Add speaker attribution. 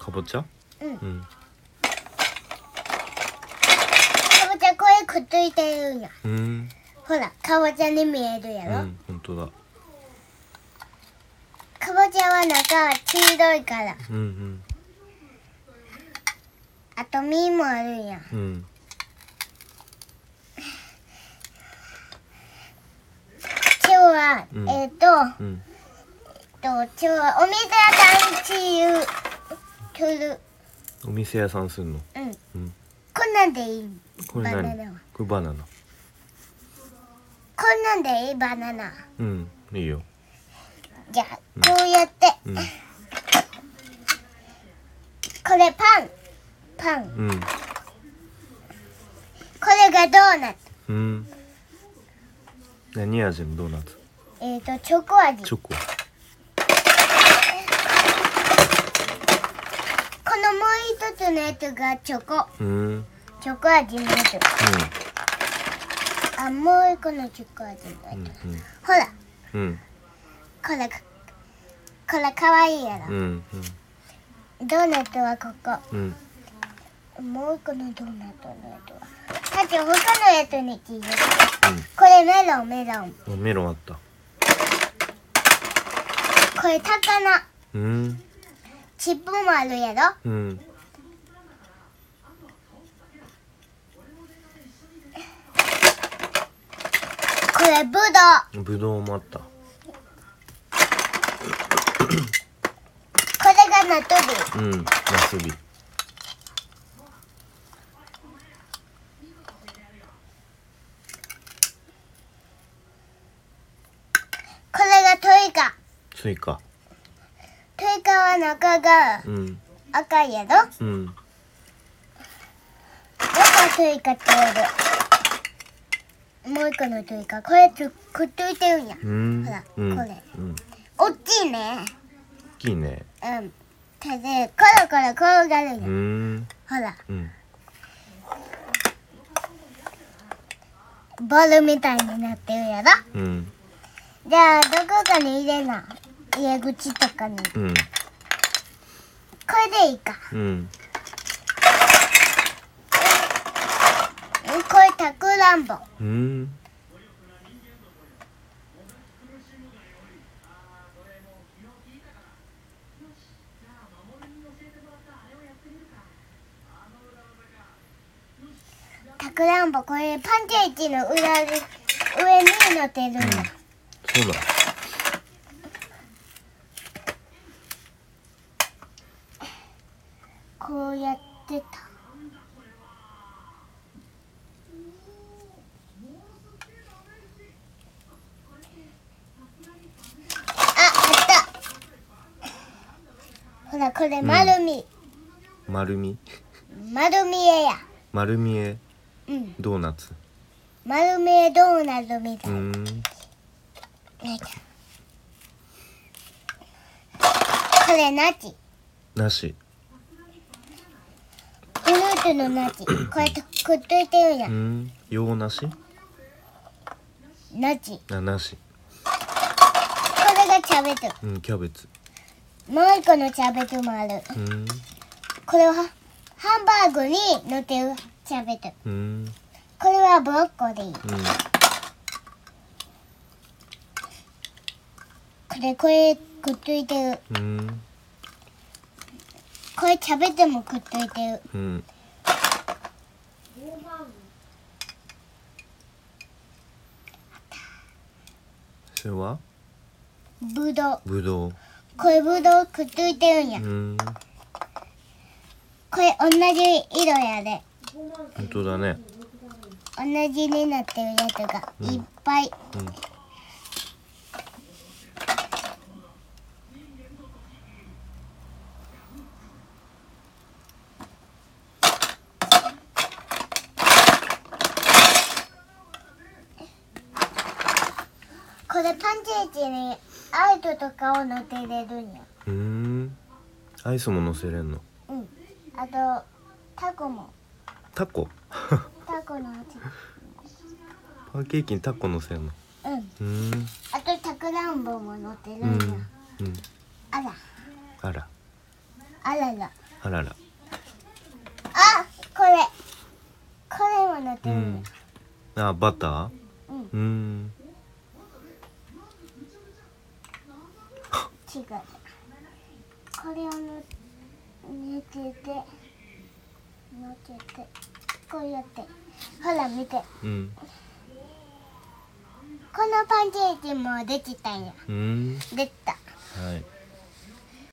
Speaker 1: かぼちゃ
Speaker 2: うんか
Speaker 1: うん
Speaker 2: ぼちゃこれくっついてるんや
Speaker 1: うん
Speaker 2: ほらかぼちゃに見えるや
Speaker 1: う
Speaker 2: ろ、
Speaker 1: ん本当だ
Speaker 2: かぼちゃは中は黄色いから
Speaker 1: うん
Speaker 2: あと実もあるんや
Speaker 1: うんうん
Speaker 2: 今日は、
Speaker 1: うん
Speaker 2: えっ、と
Speaker 1: うん
Speaker 2: と今日はお店屋さんちゅうとる
Speaker 1: お店屋さんするの
Speaker 2: うん
Speaker 1: うん
Speaker 2: こんなんでいい
Speaker 1: これ
Speaker 2: バナナ
Speaker 1: 何
Speaker 2: は
Speaker 1: これバナ
Speaker 2: こ
Speaker 1: ナ
Speaker 2: んなんでいいバナナ
Speaker 1: うんいいよ
Speaker 2: じゃあこうやって、
Speaker 1: うん
Speaker 2: これパンパン
Speaker 1: うん
Speaker 2: これがドーナツ
Speaker 1: うん何味のドーナツ
Speaker 2: えっ、とチョコ味
Speaker 1: チョコ
Speaker 2: このもう一つのやつがチョコ
Speaker 1: うんうん
Speaker 2: チョコ味のやつあもう一個のチョコ味のやつ、
Speaker 1: うん
Speaker 2: ほら
Speaker 1: うん
Speaker 2: これかこれかわいいや
Speaker 1: う
Speaker 2: ろ、
Speaker 1: ん
Speaker 2: ドーナツはここ
Speaker 1: うん
Speaker 2: もう一個のドーナツのやつはさっき他のやつに聞いてこれメロンメロン
Speaker 1: うんメロンあった
Speaker 2: これ高菜
Speaker 1: うん
Speaker 2: チップもあるやろ
Speaker 1: うん
Speaker 2: これブドウ
Speaker 1: ぶどうもあった
Speaker 2: これがナトビ
Speaker 1: うんなすび
Speaker 2: これがトイカ
Speaker 1: スイカ
Speaker 2: トイカは中が
Speaker 1: うん
Speaker 2: 赤いやろ
Speaker 1: うん
Speaker 2: どこトイカっておるもう一個のトイカこれつくっついてるんや
Speaker 1: うん
Speaker 2: ほら
Speaker 1: うん
Speaker 2: これ
Speaker 1: うん
Speaker 2: おっきいね
Speaker 1: 大きいね
Speaker 2: うんそれでコロコロ転がるん
Speaker 1: う
Speaker 2: や、
Speaker 1: ん
Speaker 2: ほら
Speaker 1: うん
Speaker 2: ボールみたいになってるやろ
Speaker 1: うん
Speaker 2: じゃあどこかに入れな入れ口とかにこ
Speaker 1: う
Speaker 2: れ
Speaker 1: ん
Speaker 2: でいいか
Speaker 1: うん
Speaker 2: うんこれたくらんぼ
Speaker 1: うん
Speaker 2: たくらんぼこれパンケーキの裏に上に乗ってるんだ、
Speaker 1: そうだ
Speaker 2: こうやってたああったほらこれ丸み、
Speaker 1: 丸み
Speaker 2: 丸見えや
Speaker 1: 丸見え
Speaker 2: うん
Speaker 1: ドーナツ
Speaker 2: 丸見えドーナツみた
Speaker 1: う
Speaker 2: いな、
Speaker 1: ん
Speaker 2: これナチ
Speaker 1: なし
Speaker 2: フルーツのナチこうやってくっついてるや
Speaker 1: うんん洋梨
Speaker 2: ナチ
Speaker 1: あなし
Speaker 2: これがキャベツ
Speaker 1: うんキャベツ
Speaker 2: もう一個のキャベツもある
Speaker 1: うん
Speaker 2: これはハンバーグに乗ってるキャベツ
Speaker 1: うん
Speaker 2: これはブロッコリー
Speaker 1: うん
Speaker 2: これこれくっついてる
Speaker 1: うん
Speaker 2: これキャベツもくっついてる
Speaker 1: うんそれは
Speaker 2: ぶどう
Speaker 1: ぶどう
Speaker 2: これぶどうくっついてるんや
Speaker 1: うん
Speaker 2: これ同じ色やで
Speaker 1: 本当だね
Speaker 2: 同じになってるやつがいっぱいこれパンケーキにアイドとかを乗って入れるんや
Speaker 1: うんうんアイスも乗せれんの
Speaker 2: うんあとタコも
Speaker 1: タコ
Speaker 2: タコの味
Speaker 1: パンケーキにタコ乗せんの
Speaker 2: うん
Speaker 1: うん
Speaker 2: あとたくらんぼも乗ってる
Speaker 1: うん
Speaker 2: や、
Speaker 1: んうん
Speaker 2: あら
Speaker 1: あら
Speaker 2: あらら
Speaker 1: あらら
Speaker 2: あこれこれも乗って
Speaker 1: う
Speaker 2: る、
Speaker 1: んあバター
Speaker 2: うん
Speaker 1: うん
Speaker 2: 違うこれをの寝てて乗っててこうやってほら見てこ
Speaker 1: うん
Speaker 2: のパンケーキもできたんや
Speaker 1: うん
Speaker 2: できた
Speaker 1: はい